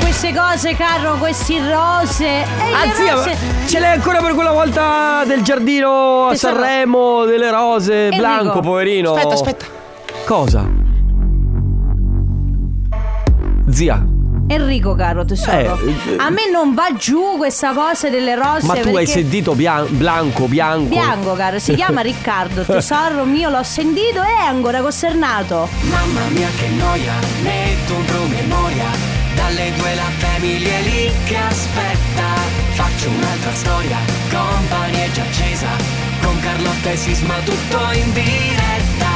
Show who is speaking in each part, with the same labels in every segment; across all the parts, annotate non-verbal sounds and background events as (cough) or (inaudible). Speaker 1: queste cose, Carlo, questi rose. E le
Speaker 2: Anzi,
Speaker 1: rose-
Speaker 2: ma ce l'hai ancora per quella volta del giardino a
Speaker 1: Che sono-
Speaker 2: Sanremo, delle rose,
Speaker 1: Enrico.
Speaker 2: Blanco, poverino.
Speaker 3: Aspetta, aspetta.
Speaker 2: Cosa? Zia,
Speaker 1: Enrico, caro tesoro.
Speaker 2: Eh, eh.
Speaker 1: a me non va giù questa cosa delle rose.
Speaker 2: ma tu hai
Speaker 1: perché-
Speaker 2: sentito bian- Blanco, Bianco?
Speaker 1: Bianco, caro, si
Speaker 2: (laughs)
Speaker 1: chiama Riccardo, tesoro mio, l'ho sentito e è ancora costernato.
Speaker 4: Mamma mia che noia, metto un promemoria Dalle due la famiglia è lì che aspetta Faccio un'altra storia, company è già accesa Con Carlotta e Sisma tutto in diretta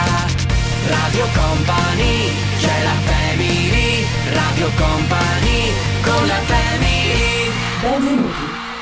Speaker 4: Radio Company, c'è la family Radio Company, con la family
Speaker 5: Benvenuti.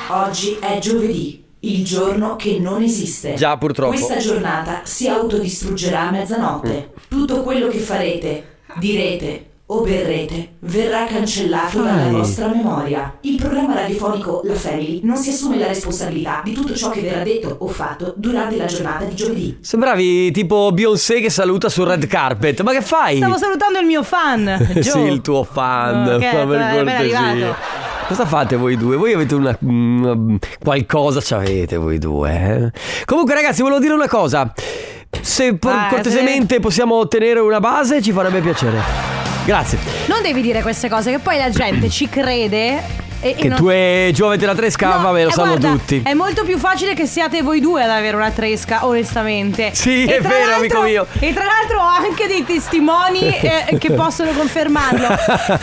Speaker 5: Oggi è giovedì, il giorno che non esiste.
Speaker 2: Già, purtroppo.
Speaker 5: Questa giornata si autodistruggerà a mezzanotte.
Speaker 2: Mm.
Speaker 5: Tutto quello che farete, direte o berrete verrà cancellato dalla
Speaker 2: Fai.
Speaker 5: vostra memoria. Il programma radiofonico La Family non si assume la responsabilità di tutto ciò che verrà detto o fatto durante la giornata di giovedì.
Speaker 2: Sembravi tipo Beyoncé che saluta sul red carpet. Ma che fai?
Speaker 1: Stavo salutando il mio fan.
Speaker 2: Eh
Speaker 1: Gio.
Speaker 2: (laughs) sì, il tuo fan.
Speaker 1: Ok,
Speaker 2: fammi
Speaker 1: appena- appena
Speaker 2: cortesia.
Speaker 1: arrivato.
Speaker 2: Cosa fate voi due? Voi avete una. mm, qualcosa c'avete voi due. eh? Comunque, ragazzi, volevo dire una cosa. Se por-
Speaker 1: Vai,
Speaker 2: cortesemente possiamo ottenere una base, ci farebbe piacere. Grazie.
Speaker 1: Non devi dire queste cose, che poi la gente ci crede. E, e
Speaker 2: Che
Speaker 1: non-
Speaker 2: tu e Gio avete la tresca,
Speaker 1: No,
Speaker 2: vabbè, lo
Speaker 1: eh,
Speaker 2: sanno
Speaker 1: guarda,
Speaker 2: tutti.
Speaker 1: È molto più facile che siate voi due ad avere una tresca, onestamente.
Speaker 2: Sì,
Speaker 1: E
Speaker 2: è
Speaker 1: tra
Speaker 2: vero,
Speaker 1: l'altro-
Speaker 2: amico mio.
Speaker 1: E tra l'altro ho anche dei
Speaker 2: (laughs)
Speaker 1: testimoni eh, che possono confermarlo.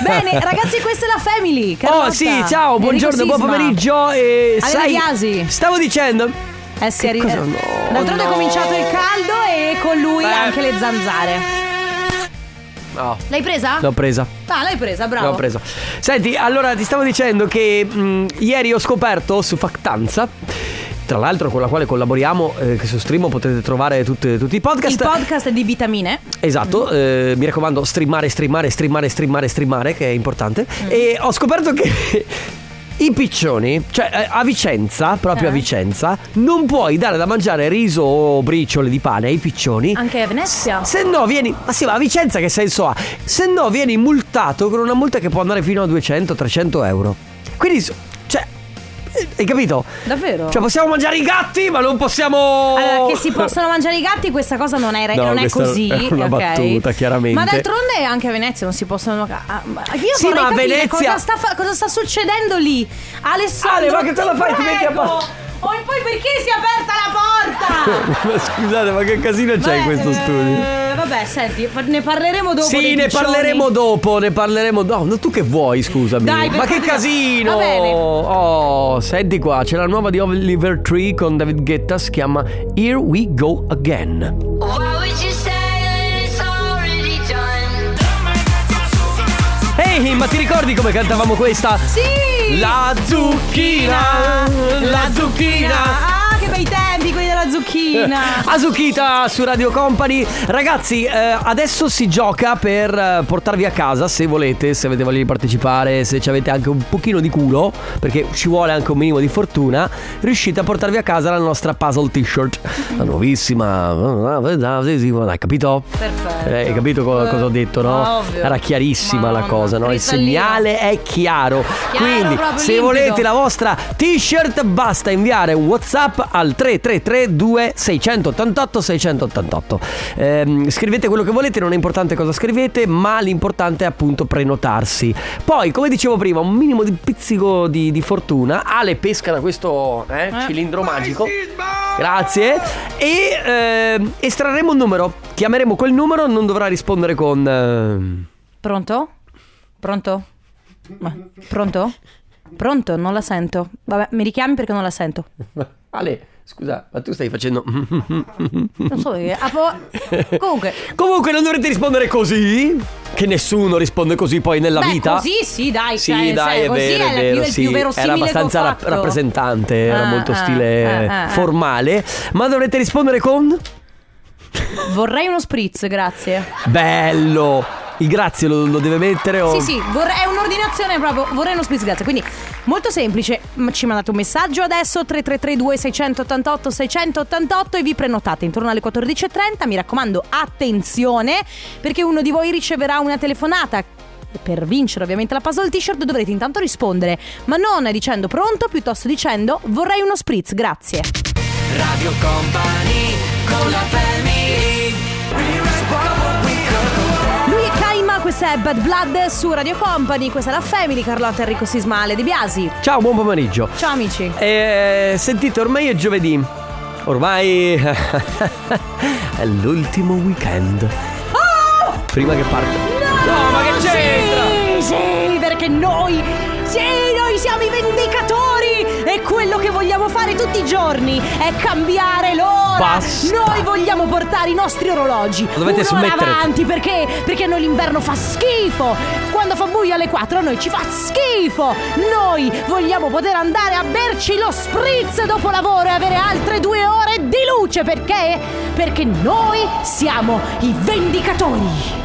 Speaker 1: Bene, ragazzi, questa è la family. Carlotta,
Speaker 2: Oh sì, ciao,
Speaker 1: Enrico
Speaker 2: buongiorno, buon
Speaker 1: Sisma.
Speaker 2: pomeriggio e
Speaker 1: Elena
Speaker 2: sai
Speaker 1: Biasi.
Speaker 2: Stavo dicendo
Speaker 1: Eh, si è ri-
Speaker 2: cosa?
Speaker 1: eh,
Speaker 2: No,
Speaker 1: D'altronde
Speaker 2: no.
Speaker 1: è
Speaker 2: Eh.
Speaker 1: cominciato il caldo e con lui
Speaker 2: Beh.
Speaker 1: anche le zanzare.
Speaker 2: No,
Speaker 1: L'hai presa?
Speaker 2: l'ho presa.
Speaker 1: Ah, l'hai presa, bravo.
Speaker 2: L'ho preso. Senti, allora ti stavo dicendo che mh, ieri ho scoperto su Factanza, tra l'altro con la quale collaboriamo, eh, che su Stream potete trovare tutte- tutti i podcast.
Speaker 1: Il podcast di vitamine.
Speaker 2: Esatto,
Speaker 1: Mm.
Speaker 2: eh, mi raccomando, streamare, streamare, streamare, streamare, streamare, che è importante.
Speaker 1: Mm.
Speaker 2: E ho scoperto che (laughs) i piccioni, cioè eh, a Vicenza, proprio
Speaker 1: Eh.
Speaker 2: a Vicenza, non puoi dare da mangiare riso o briciole di pane ai piccioni.
Speaker 1: Anche a Venezia.
Speaker 2: Se no vieni, ma sì, ma a Vicenza che senso ha? Se no vieni multato con una multa che può andare fino a 200-300 euro. Quindi, so- cioè, eh, hai capito?
Speaker 1: Davvero?
Speaker 2: Cioè possiamo mangiare i gatti, ma non possiamo...
Speaker 1: Allora, che si possono mangiare i gatti, questa cosa non è,
Speaker 2: Oh. No,
Speaker 1: non è
Speaker 2: questa
Speaker 1: così.
Speaker 2: è (laughs) una
Speaker 1: ok?
Speaker 2: battuta, chiaramente.
Speaker 1: Ma d'altronde anche a Venezia non si possono. ah, ma- Io
Speaker 2: Sì,
Speaker 1: vorrei
Speaker 2: ma a
Speaker 1: capire
Speaker 2: Venezia-
Speaker 1: cosa sta, fa- cosa sta succedendo lì. Alessandro.
Speaker 2: Ale, ma che te la fai? Ti metti a
Speaker 1: prego!
Speaker 2: pa-
Speaker 1: Oh, e poi perché si è aperta la porta?
Speaker 2: (laughs) ma scusate, ma che casino (laughs) c'è
Speaker 1: Vabbè,
Speaker 2: in questo
Speaker 1: eh,
Speaker 2: studio?
Speaker 1: Vabbè, senti, fa- ne parleremo dopo.
Speaker 2: Sì,
Speaker 1: dei
Speaker 2: ne
Speaker 1: piccioni.
Speaker 2: parleremo dopo, ne parleremo dopo. No, tu che vuoi, scusami.
Speaker 1: Dai, per
Speaker 2: Ma che
Speaker 1: carità.
Speaker 2: casino!
Speaker 1: Va bene.
Speaker 2: Oh, senti qua, c'è la nuova di Oliver Tree con David Guetta, si chiama Here We Go Again.
Speaker 6: Why would you say that it's already done?
Speaker 2: Ehi, ma ti ricordi come cantavamo questa?
Speaker 1: Sì!
Speaker 2: La zucchina, la zucchina.
Speaker 1: Ah, che bei tempi quelli della
Speaker 2: (laughs)
Speaker 1: zucchina!
Speaker 2: Azuchita su Radio Company Ragazzi eh, adesso si gioca per eh, portarvi a casa se volete Se avete voglia di partecipare Se ci avete anche un pochino di culo Perché ci vuole anche un minimo di fortuna Riuscite a portarvi a casa la nostra puzzle t-shirt La nuovissima Hai capito?
Speaker 1: Perfetto.
Speaker 2: Eh, Hai capito co- cosa, ho detto no?
Speaker 1: Ovvio.
Speaker 2: Era chiarissima la
Speaker 1: Madonna,
Speaker 2: cosa no? Il
Speaker 1: cristallina.
Speaker 2: segnale è chiaro,
Speaker 1: Chiaro,
Speaker 2: Quindi
Speaker 1: proprio
Speaker 2: se
Speaker 1: limpido.
Speaker 2: volete la vostra t-shirt basta inviare un whatsapp al 333 2688 688 Ehm, Scrivete quello che volete, non è importante cosa scrivete Ma l'importante è appunto prenotarsi Poi come dicevo prima un minimo di pizzico di, di fortuna Ale pesca da questo eh, cilindro magico Grazie. E ehm, estrarremo un numero. Chiameremo quel numero, non dovrà rispondere con. ehm,
Speaker 1: Pronto? Pronto? Ma- Pronto? Pronto? Non la sento. Vabbè, mi richiami perché non la sento.
Speaker 2: Ale, scusa, ma tu stai facendo. (laughs)
Speaker 1: Non so perché. Ah, po- Comunque.
Speaker 2: Comunque, non dovrete rispondere così. Che nessuno risponde così poi nella
Speaker 1: beh,
Speaker 2: vita.
Speaker 1: Così sì, dai.
Speaker 2: Sì,
Speaker 1: cioè,
Speaker 2: dai,
Speaker 1: sai,
Speaker 2: è
Speaker 1: così
Speaker 2: vero,
Speaker 1: è,
Speaker 2: è
Speaker 1: la
Speaker 2: vero,
Speaker 1: più,
Speaker 2: sì.
Speaker 1: il più
Speaker 2: Era
Speaker 1: verosimile che ho
Speaker 2: abbastanza rap-
Speaker 1: fatto.
Speaker 2: rappresentante, era
Speaker 1: Ah,
Speaker 2: molto
Speaker 1: ah,
Speaker 2: stile
Speaker 1: ah, ah, ah.
Speaker 2: formale. Ma dovrete rispondere con.
Speaker 1: Vorrei uno spritz, grazie.
Speaker 2: Bello! Il grazie lo, lo deve mettere o.
Speaker 1: Sì, sì, vorrei- è un'ordinazione proprio. Vorrei uno spritz, grazie. Quindi, molto semplice. Ma Ci mandate un messaggio adesso: 3332 688 688 e vi prenotate intorno alle 14.30. Mi raccomando, attenzione, perché uno di voi riceverà una telefonata. per vincere ovviamente la puzzle t-shirt dovrete intanto rispondere, ma non dicendo pronto, piuttosto dicendo vorrei uno spritz, grazie.
Speaker 4: Radio Company con la family
Speaker 1: Lui è Kaima, questa è Bad Blood su Radio Company, questa è la Family, Carlotta Enrico Sismale, De Biasi.
Speaker 2: Ciao, buon pomeriggio.
Speaker 1: Ciao amici.
Speaker 2: Eh, sentite, ormai è giovedì. Ormai (laughs) è l'ultimo weekend. Prima che parte. No, ma che c'entra?
Speaker 1: Sì, sì, perché noi, sì, noi siamo i vendicatori e quello che vogliamo fare tutti i giorni è cambiare l'ora.
Speaker 2: Basta.
Speaker 1: Noi vogliamo portare i nostri orologi.
Speaker 2: Lo dovete
Speaker 1: un'ora
Speaker 2: smettere.
Speaker 1: avanti perché, perché noi l'inverno fa schifo. Quando fa buio alle 4 a noi ci fa schifo. Noi vogliamo poter andare a berci lo spritz dopo lavoro e avere altre due ore di luce perché? Perché noi siamo i vendicatori.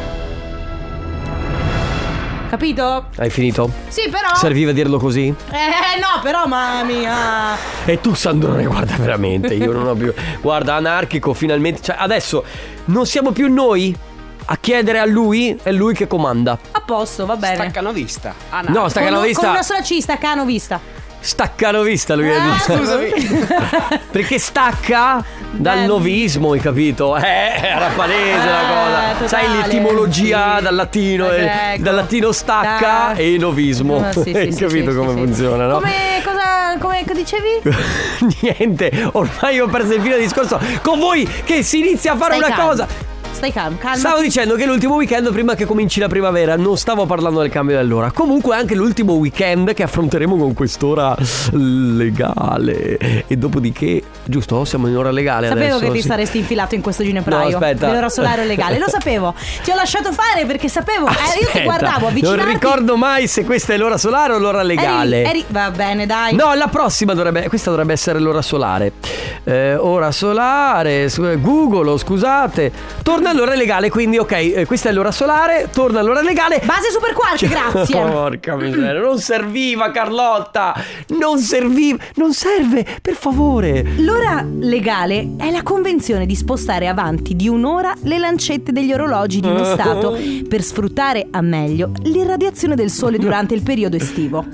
Speaker 1: Capito?
Speaker 2: Hai finito?
Speaker 1: Sì, però.
Speaker 2: Serviva dirlo così?
Speaker 1: Eh, no, però, mamma mia.
Speaker 2: E tu Sandrone guarda veramente, io non ho più... Guarda, anarchico finalmente... Cioè, adesso non siamo più noi a chiedere a lui, è lui che comanda.
Speaker 1: A posto, va bene.
Speaker 3: Staccano vista.
Speaker 2: No,
Speaker 1: Con-
Speaker 2: staccano
Speaker 1: Con
Speaker 2: vista...
Speaker 1: una sola C, staccano vista.
Speaker 2: Staccano vista lui ha
Speaker 1: Ah,
Speaker 2: (laughs) detto.
Speaker 3: Scusami.
Speaker 2: Perché stacca dal
Speaker 1: Beh.
Speaker 2: novismo, hai capito? Eh, era palese
Speaker 1: Eh,
Speaker 2: la cosa.
Speaker 1: totale,
Speaker 2: Sai l'etimologia
Speaker 1: sì.
Speaker 2: dal latino,
Speaker 1: Da
Speaker 2: eh,
Speaker 1: greco.
Speaker 2: dal latino stacca
Speaker 1: Da-
Speaker 2: e novismo.
Speaker 1: Ah,
Speaker 2: (laughs)
Speaker 1: sì, sì,
Speaker 2: hai
Speaker 1: sì,
Speaker 2: capito
Speaker 1: sì,
Speaker 2: come
Speaker 1: sì, sì.
Speaker 2: funziona, no?
Speaker 1: Come cosa come che dicevi?
Speaker 2: (laughs) Niente, ormai ho perso il filo del discorso con voi che si inizia a fare
Speaker 1: Stai
Speaker 2: una
Speaker 1: calmo.
Speaker 2: cosa.
Speaker 1: Stai calmo, calmo.
Speaker 2: Stavo dicendo che l'ultimo weekend prima che cominci la primavera, non stavo parlando del cambio dell'ora. Comunque è anche l'ultimo weekend che affronteremo con quest'ora legale. E dopodiché, giusto? Siamo in ora legale
Speaker 1: Sapevo
Speaker 2: adesso.
Speaker 1: che ti
Speaker 2: sì.
Speaker 1: saresti infilato in questo ginepraio
Speaker 2: No, aspetta.
Speaker 1: dell'ora solare legale, lo sapevo. Ti ho lasciato fare perché sapevo. eh, io ti
Speaker 2: Ah, Aspetta,
Speaker 1: guardavo avvicinarti.
Speaker 2: Non ricordo mai se questa è l'ora solare o l'ora
Speaker 1: Eri-
Speaker 2: legale.
Speaker 1: eri- va bene, dai.
Speaker 2: No, la prossima dovrebbe. Questa dovrebbe essere l'ora solare. Eh, ora solare. s- Google, oh, scusate. Torna all'ora legale, quindi, ok, eh, questa è l'ora solare, torna all'ora legale.
Speaker 1: Base super quark, grazie.
Speaker 2: (laughs) Porca miseria, non serviva Carlotta! Non serviva, non serve, per favore!
Speaker 1: L'ora legale è la convenzione di spostare avanti di un'ora le lancette degli orologi di
Speaker 2: (laughs)
Speaker 1: uno Stato per sfruttare a meglio l'irradiazione del sole durante il periodo
Speaker 2: (laughs)
Speaker 1: estivo.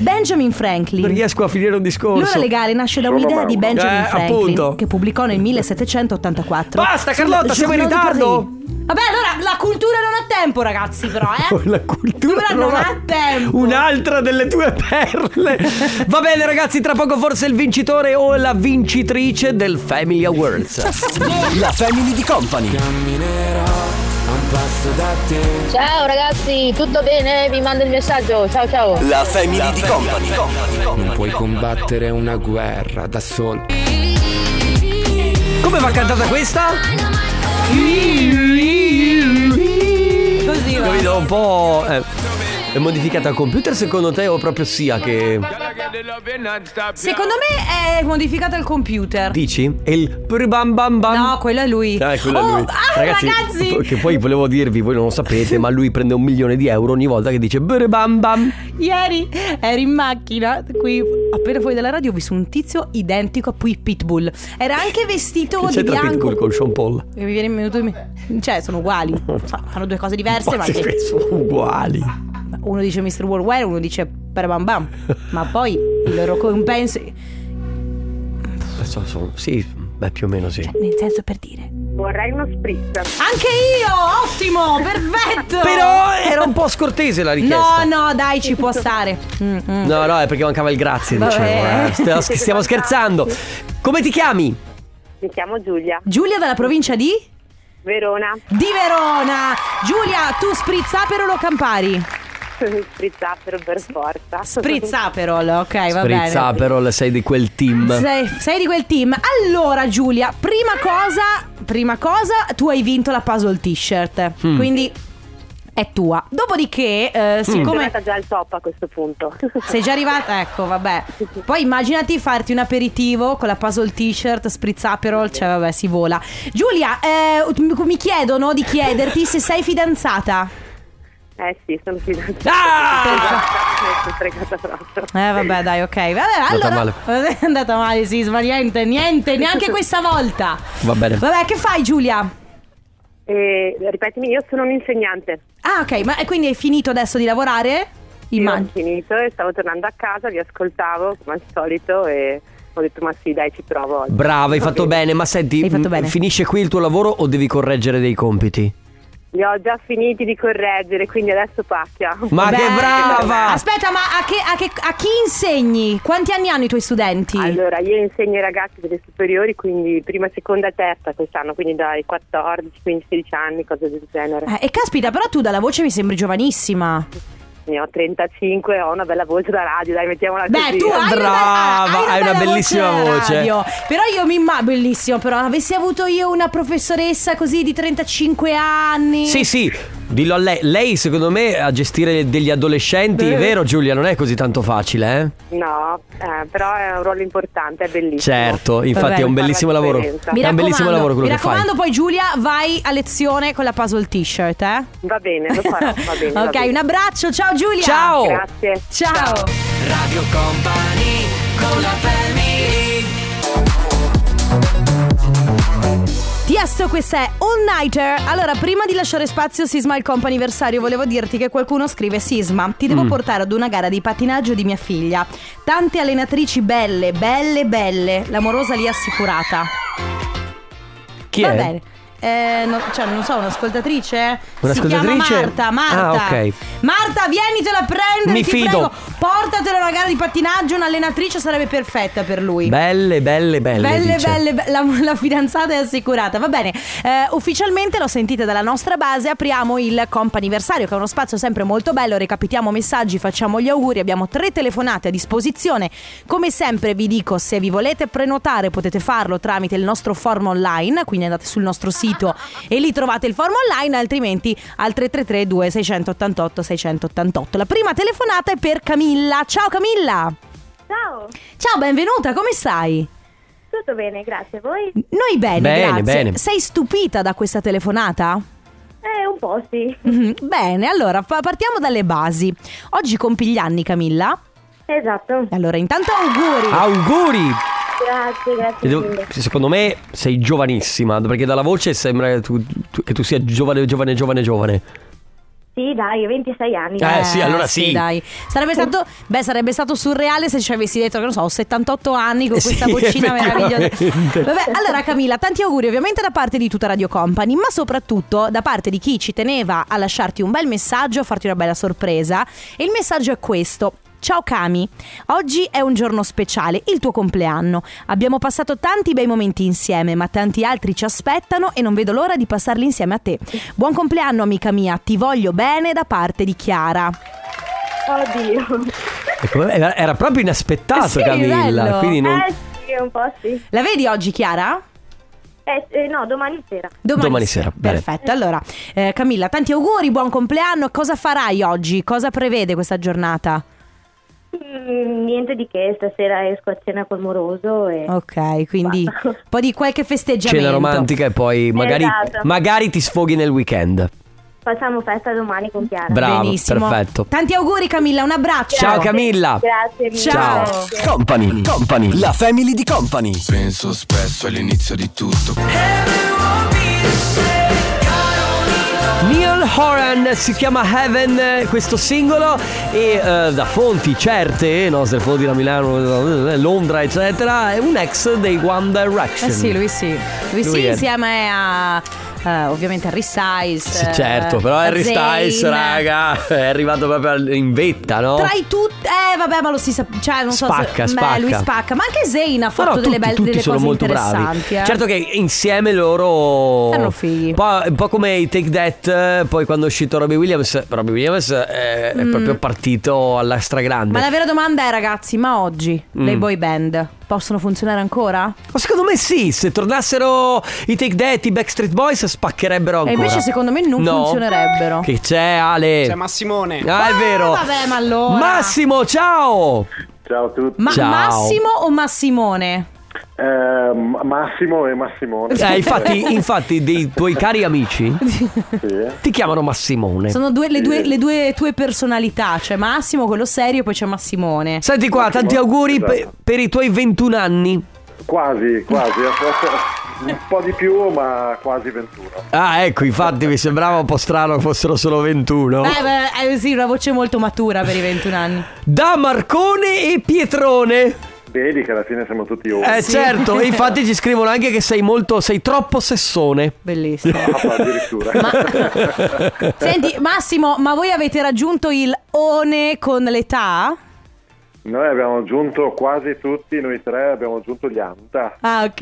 Speaker 1: Benjamin
Speaker 2: Non
Speaker 1: Franklin.
Speaker 2: riesco a finire un discorso.
Speaker 1: L'ora legale nasce da un'idea di Benjamin
Speaker 2: Eh, appunto.
Speaker 1: Franklin che pubblicò nel 1784.
Speaker 2: Basta,
Speaker 1: Sul-
Speaker 2: Carlotta,
Speaker 1: sul
Speaker 2: siamo in
Speaker 1: giornale di
Speaker 2: ritardo.
Speaker 1: Paris. Vabbè, allora la cultura non ha tempo, ragazzi, però,
Speaker 2: (laughs) Oh,
Speaker 1: eh.
Speaker 2: La cultura
Speaker 1: Cultura non ha tempo.
Speaker 2: Un'altra delle tue perle. Va bene, ragazzi, tra poco forse il vincitore o la vincitrice del Family Awards.
Speaker 3: La family di company.
Speaker 7: Ciao ragazzi, tutto bene? Vi mando il messaggio. Ciao ciao.
Speaker 3: La family di company.
Speaker 8: Non puoi combattere una guerra da solo.
Speaker 2: Come va cantata questa?
Speaker 1: Così va.
Speaker 2: Capito un po'. eh, è modificata al computer secondo te o proprio sia che.
Speaker 1: Secondo me è modificata il computer.
Speaker 2: Dici? E il pr- bam bam bam.
Speaker 1: No, quello è lui.
Speaker 2: Ah, quello è
Speaker 1: Oh,
Speaker 2: lui.
Speaker 1: ah,
Speaker 2: (laughs)
Speaker 1: ragazzi.
Speaker 2: Che poi volevo dirvi, voi non lo sapete, ma lui prende un milione di euro ogni volta che dice br- bam bam.
Speaker 1: Ieri ero in macchina, qui appena fuori dalla radio ho visto un tizio identico a Pui Pitbull. Era anche vestito
Speaker 2: Che
Speaker 1: di
Speaker 2: c'entra
Speaker 1: bianco.
Speaker 2: Pitbull con Sean Paul?
Speaker 1: E mi viene in minuto di- Cioè, sono
Speaker 2: (laughs)
Speaker 1: uguali. Fa- Fanno due cose diverse, ma
Speaker 2: Ma (laughs) che sono uguali.
Speaker 1: uno dice Mr. Worldwide, uno dice per bam bam. Ma poi il loro compenso.
Speaker 2: So- so- sì, beh, più o meno sì.
Speaker 1: Nel senso per dire. Vorrei uno spritz. Anche io! Ottimo! Perfetto!
Speaker 2: (laughs) Però era un po' scortese la richiesta.
Speaker 1: No, no, dai, ci può stare. Mm, mm.
Speaker 2: No, no, è perché mancava il grazie,
Speaker 1: Vabbè.
Speaker 2: diciamo. eh. Stiamo,
Speaker 1: (laughs)
Speaker 2: stiamo scherzando. Come ti chiami?
Speaker 9: Mi chiamo Giulia,
Speaker 1: Giulia dalla provincia di?
Speaker 9: Verona, (laughs)
Speaker 1: Di Verona! Giulia, tu sprizzaperol o campari?
Speaker 9: sprizzappero per forza.
Speaker 1: Sprizzaperol, ok, Eh, va bene.
Speaker 2: Sprizza, però le sei di quel team.
Speaker 1: Sei, sei di quel team. Allora, Giulia, prima cosa, prima cosa, tu hai vinto la puzzle t-shirt.
Speaker 2: Hmm.
Speaker 1: Quindi è tua. Dopodiché, eh,
Speaker 9: Sono
Speaker 1: siccome
Speaker 9: andata già al top a questo punto.
Speaker 1: sei già arrivata, ecco, vabbè. Poi immaginati farti un aperitivo con la puzzle t-shirt, sprizzaperol, cioè vabbè, si vola. Giulia, eh, mi- mi chiedono di chiederti se sei fidanzata.
Speaker 9: (laughs) Eh sì, sono fidanzata.
Speaker 2: Ah!
Speaker 9: Mi sono fregata troppo.
Speaker 1: Eh vabbè dai ok Vabbè allora
Speaker 2: male.
Speaker 1: (laughs) È andata male Sisma Niente niente Neanche questa volta
Speaker 2: Eh. Va bene.
Speaker 1: Vabbè che fai Giulia?
Speaker 9: Eh, ripetimi, io sono un insegnante.
Speaker 1: Ah, ok, ma e quindi hai finito adesso di lavorare?
Speaker 9: Io ho
Speaker 1: Immagino.
Speaker 9: finito e stavo tornando a casa, vi ascoltavo come al solito e ho detto ma sì dai ci provo oggi.
Speaker 2: Brava, hai fatto bene, ma senti,
Speaker 1: Hai fatto
Speaker 2: mh,
Speaker 1: bene.
Speaker 2: finisce qui il tuo lavoro o devi correggere dei compiti?
Speaker 9: Li ho già finiti di correggere, quindi adesso pacchia.
Speaker 2: Ma che
Speaker 1: Beh,
Speaker 2: brava!
Speaker 1: Aspetta, ma a, che- a che- a chi insegni? Quanti anni hanno i tuoi studenti?
Speaker 9: Allora, io insegno ai ragazzi delle superiori, quindi prima, seconda, terza quest'anno, quindi dai 14, 15, 16 anni, cose del genere.
Speaker 1: Eh, e caspita, però tu dalla voce mi sembri giovanissima.
Speaker 9: Ne ho 35, ho una bella voce da radio, dai, mettiamola
Speaker 1: Beh,
Speaker 9: così. eh.
Speaker 1: tu hai una,
Speaker 2: Brava,
Speaker 1: bella-
Speaker 2: hai una
Speaker 1: bella
Speaker 2: bellissima
Speaker 1: alla
Speaker 2: voce.
Speaker 1: radio. Però io mi immagino, bellissimo, però avessi avuto io una professoressa così di 35 anni.
Speaker 2: Sì, sì, dillo a lei. Lei, secondo me, a gestire degli adolescenti,
Speaker 1: Eh.
Speaker 2: è vero Giulia, non è così tanto facile, eh?
Speaker 9: No, eh, però è un ruolo importante, è bellissimo.
Speaker 2: Certo,
Speaker 1: Vabbè.
Speaker 2: infatti è un
Speaker 9: Fa la
Speaker 2: bellissimo lavoro.
Speaker 9: differenza.
Speaker 1: Mi
Speaker 2: È un bellissimo
Speaker 1: raccomando,
Speaker 2: lavoro quello
Speaker 1: mi
Speaker 2: che fai.
Speaker 1: raccomando, poi Giulia, vai a lezione con la puzzle t-shirt, eh?
Speaker 9: Va bene, lo
Speaker 10: (laughs)
Speaker 9: farò, va
Speaker 1: (laughs)
Speaker 9: bene. va
Speaker 1: ok,
Speaker 9: bene.
Speaker 1: un abbraccio, ciao Giulia.
Speaker 2: Ciao!
Speaker 9: Grazie.
Speaker 1: Ciao.
Speaker 4: Radio Company con la family
Speaker 1: Tiesto, questa è All Nighter. Allora, prima di lasciare spazio a Sisma il comp'anniversario, volevo dirti che qualcuno scrive: Sisma, ti devo portare ad una gara di patinaggio di mia figlia. Tante allenatrici belle, belle, belle. L'amorosa lì assicurata.
Speaker 2: Chi
Speaker 1: Va
Speaker 2: è?
Speaker 1: bene. Eh, no, cioè, non so, un'ascoltatrice? Si
Speaker 2: Un'ascoltatrice?
Speaker 1: chiama Marta, Marta.
Speaker 2: Ah, ok.
Speaker 1: Marta, vienitela a prendere.
Speaker 2: Mi
Speaker 1: ti
Speaker 2: fido.
Speaker 1: Prego. Portatela a una gara di pattinaggio. Un'allenatrice sarebbe perfetta per lui.
Speaker 2: Belle, belle, belle.
Speaker 1: Belle,
Speaker 2: dice.
Speaker 1: belle, be- la, la fidanzata è assicurata. Va bene, Eh, ufficialmente lo sentite dalla nostra base. Apriamo il comp'anniversario, che è uno spazio sempre molto bello. Recapitiamo messaggi, facciamo gli auguri. Abbiamo tre telefonate a disposizione. Come sempre, vi dico: se vi volete prenotare, potete farlo tramite il nostro form online. Quindi andate sul nostro sito e lì trovate il form online. Altrimenti al 333 688 688. La prima telefonata è per Camilla. Ciao Camilla!
Speaker 11: Ciao,
Speaker 1: Ciao, benvenuta, come stai?
Speaker 11: tutto bene, grazie. Voi?
Speaker 1: Noi bene,
Speaker 2: Bene,
Speaker 1: grazie.
Speaker 2: bene.
Speaker 1: Sei stupita da questa telefonata?
Speaker 11: Eh, un po' sì.
Speaker 1: Mhm, Bene, allora fa- partiamo dalle basi. Oggi compi gli anni, Camilla.
Speaker 11: Esatto.
Speaker 1: Allora, intanto auguri.
Speaker 2: Auguri!
Speaker 11: Grazie,
Speaker 2: Ti
Speaker 11: grazie
Speaker 2: devo-
Speaker 11: mille.
Speaker 2: Secondo me sei giovanissima, perché dalla voce sembra che tu, tu- che tu sia giovane, giovane, giovane, giovane.
Speaker 11: Sì, dai, ho 26 anni.
Speaker 2: Eh, sì, allora sì. Oh.
Speaker 1: dai. Sarebbe stato, beh, sarebbe stato surreale se ci avessi detto, che non so, ho 78 anni con
Speaker 2: Eh Sì,
Speaker 1: questa vocina meravigliosa.
Speaker 2: effettivamente.
Speaker 1: Vabbè, allora Camilla, tanti auguri ovviamente da parte di tutta Radio Company, ma soprattutto da parte di chi ci teneva a lasciarti un bel messaggio, a farti una bella sorpresa. E il messaggio è questo. Ciao Cami, oggi è un giorno speciale, il tuo compleanno. Abbiamo passato tanti bei momenti insieme, ma tanti altri ci aspettano e non vedo l'ora di passarli insieme a te. Buon compleanno amica mia, ti voglio bene da parte di Chiara.
Speaker 2: Eh.
Speaker 11: Oddio.
Speaker 2: Ecco, Era, era proprio inaspettato,
Speaker 1: Eh Sì,
Speaker 2: Camilla.
Speaker 1: bello.
Speaker 2: Quindi non-
Speaker 11: Eh, sì, un po' sì.
Speaker 1: La vedi oggi Chiara?
Speaker 11: Eh, eh, no, domani sera.
Speaker 2: Domani sera, bene.
Speaker 1: Perfetto. Allora, eh, Camilla, tanti auguri, buon compleanno. Cosa farai oggi? Cosa prevede questa giornata?
Speaker 11: Mm, niente di che, stasera esco a cena col moroso e...
Speaker 1: Ok, quindi
Speaker 11: Basta.
Speaker 1: un po' di qualche festeggiamento.
Speaker 2: Cena romantica e poi magari,
Speaker 11: Esatto.
Speaker 2: magari ti sfoghi nel weekend.
Speaker 11: Facciamo festa domani con Chiara.
Speaker 2: Bra- Bravo,
Speaker 1: Benissimo.
Speaker 2: perfetto.
Speaker 1: Tanti auguri Camilla, un abbraccio.
Speaker 2: Ciao Camilla!
Speaker 11: Grazie mille.
Speaker 1: Ciao.
Speaker 11: Grazie.
Speaker 3: Company, company, la family di company.
Speaker 8: Penso spesso all'inizio di tutto.
Speaker 2: Neil Horan si chiama Heaven eh, questo singolo e eh, da fonti certe, no, se fonti da Milano, eh, Londra eccetera, è un ex dei One Direction.
Speaker 1: Eh sì, lui sì. Lui,
Speaker 2: Lui
Speaker 1: sì,
Speaker 2: è-
Speaker 1: insieme a eh, ovviamente Harry Styles.
Speaker 2: Sì,
Speaker 1: eh,
Speaker 2: certo, però Harry
Speaker 1: Zayn.
Speaker 2: Styles, raga, è arrivato proprio al- in vetta, no?
Speaker 1: Tra i tutti, eh vabbè, ma lo si sa, cioè non
Speaker 2: Spacca,
Speaker 1: so se
Speaker 2: spacca.
Speaker 1: Beh, lui spacca, ma anche Zayn ha
Speaker 2: Però
Speaker 1: fatto delle
Speaker 2: tutti,
Speaker 1: belle
Speaker 2: tutti
Speaker 1: delle
Speaker 2: sono
Speaker 1: cose
Speaker 2: molto bravi.
Speaker 1: interessanti. eh.
Speaker 2: Certo che insieme loro
Speaker 1: Erano fighi.
Speaker 2: Un po', un po' come i Take That, eh, poi quando è uscito Robbie Williams, Robbie Williams eh, è, proprio partito alla stragrande.
Speaker 1: Mm. Ma la vera domanda è ragazzi, ma oggi le
Speaker 2: Mm.
Speaker 1: boy band possono funzionare ancora?
Speaker 2: Ma secondo me sì, se tornassero i Take That, i Backstreet Boys spaccherebbero ancora.
Speaker 1: E invece secondo me non
Speaker 2: No.
Speaker 1: funzionerebbero.
Speaker 2: Che c'è Ale?
Speaker 4: Cioè,
Speaker 2: C'è Massimone. Ah, è vero.
Speaker 1: vabbè, ma allora.
Speaker 2: Massimo, ciao.
Speaker 12: Ciao a tutti.
Speaker 1: Ma
Speaker 2: Ciao.
Speaker 1: Massimo o
Speaker 2: (laughs)
Speaker 1: Massimone?
Speaker 12: Eh, Ma- Massimo e Massimone.
Speaker 1: (laughs)
Speaker 2: Eh, infatti, infatti dei tuoi cari amici
Speaker 12: Sì.
Speaker 2: ti chiamano Massimone.
Speaker 1: Sono due- le,
Speaker 2: Eh.
Speaker 1: due, le due tue personalità, cioè Massimo quello serio e poi c'è Massimone.
Speaker 12: esatto.
Speaker 2: Senti qua, tanti auguri pe- per, i tuoi 21 anni.
Speaker 12: Quasi, (laughs) quasi. Un po' di più, ma quasi 21.
Speaker 2: Ah, ecco, infatti mi sembrava un po' strano che fossero solo 21.
Speaker 1: Eh, beh, eh, sì, una voce molto matura per i 21 anni.
Speaker 2: Da Marcone e Pietrone.
Speaker 12: Vedi che alla fine siamo tutti
Speaker 1: Oh,
Speaker 12: uomini.
Speaker 2: Eh
Speaker 1: (laughs)
Speaker 2: certo, e infatti ci scrivono anche che sei molto, sei troppo sessone.
Speaker 1: Bellissimo.
Speaker 2: (laughs)
Speaker 12: Ah, addirittura.
Speaker 1: Senti, Massimo, ma voi avete raggiunto il one con l'età?
Speaker 12: Noi abbiamo aggiunto quasi tutti, noi tre abbiamo aggiunto gli anta.
Speaker 1: Ah, ok.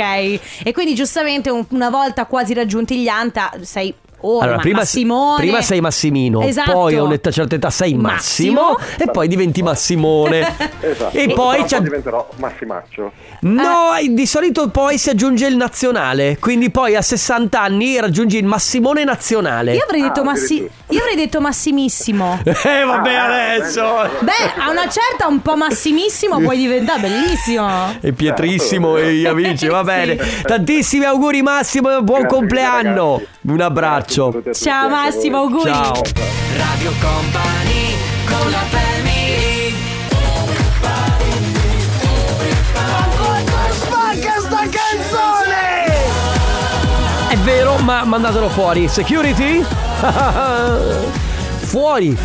Speaker 1: E quindi giustamente un- una volta quasi raggiunti gli anta, sei oh,
Speaker 2: allora,
Speaker 1: ma-
Speaker 2: prima,
Speaker 1: Massimone.
Speaker 2: prima sei Massimino,
Speaker 1: Esatto.
Speaker 2: poi a una certa età sei Massimo,
Speaker 1: Massimo.
Speaker 2: e poi
Speaker 1: (laughs)
Speaker 2: diventi Massimone.
Speaker 12: Esatto.
Speaker 2: E poi
Speaker 12: Tra un
Speaker 2: c'è-
Speaker 12: po' diventerò massimaccio.
Speaker 1: Eh.
Speaker 2: No, di solito poi si aggiunge il nazionale, quindi poi a 60 anni raggiungi il Massimone nazionale. (laughs)
Speaker 1: Io avrei,
Speaker 12: Ah,
Speaker 1: detto Massi-
Speaker 12: addirittura.
Speaker 1: io avrei detto Massimissimo.
Speaker 2: Eh vabbè
Speaker 12: Ah,
Speaker 2: adesso.
Speaker 1: Beh, a una certa un po' Massimissimo puoi diventare bellissimo.
Speaker 2: E Pietrissimo
Speaker 12: Certo.
Speaker 2: e gli
Speaker 1: (laughs)
Speaker 2: amici, va bene. Tantissimi auguri Massimo e buon
Speaker 12: Grazie mille,
Speaker 2: compleanno.
Speaker 12: ragazzi.
Speaker 2: Un abbraccio.
Speaker 12: Grazie a tutti,
Speaker 1: Ciao
Speaker 12: anche a voi.
Speaker 1: Massimo, auguri.
Speaker 2: Ciao.
Speaker 4: Radio Company con la family
Speaker 2: È vero, ma mandatelo fuori. Security? (laughs) fuori.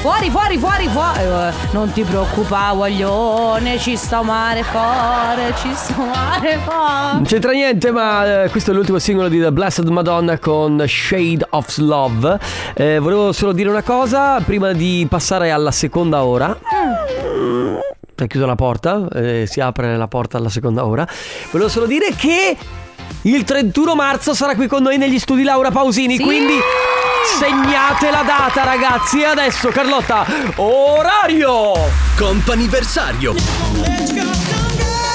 Speaker 1: Fuori, fuori, fuori, fuori. Eh, Non ti preoccupare, guaglione, ci sta mare fuori, ci sta mare fuori.
Speaker 2: Non c'entra niente, ma eh, questo è l'ultimo singolo di The Blessed Madonna con Shade of Love. Eh, volevo solo dire una cosa prima di passare alla seconda ora. Si è chiusa la porta, eh, si apre la porta alla seconda ora. Volevo solo dire che il 31 marzo sarà qui con noi negli studi Laura Pausini, quindi segnate la data ragazzi. E adesso Carlotta, orario!
Speaker 3: Companiversario.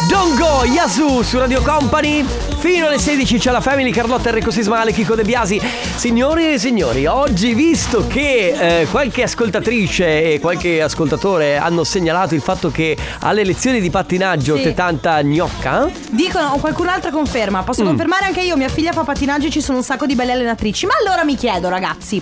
Speaker 2: Don't go, Yazoo su Radio Company. Fino alle 16 c'è la Family, Carlotta Enrico Sismale, Chico De Biasi. Signori e signori, oggi visto che eh, qualche ascoltatrice e qualche ascoltatore hanno segnalato il fatto che alle lezioni di pattinaggio
Speaker 1: Sì.
Speaker 2: c'è tanta gnocca, eh?
Speaker 1: Dicono, o qualcun'altra conferma. Posso
Speaker 2: Mm.
Speaker 1: confermare anche io, mia figlia fa pattinaggio e ci sono un sacco di belle allenatrici. Ma allora mi chiedo, ragazzi,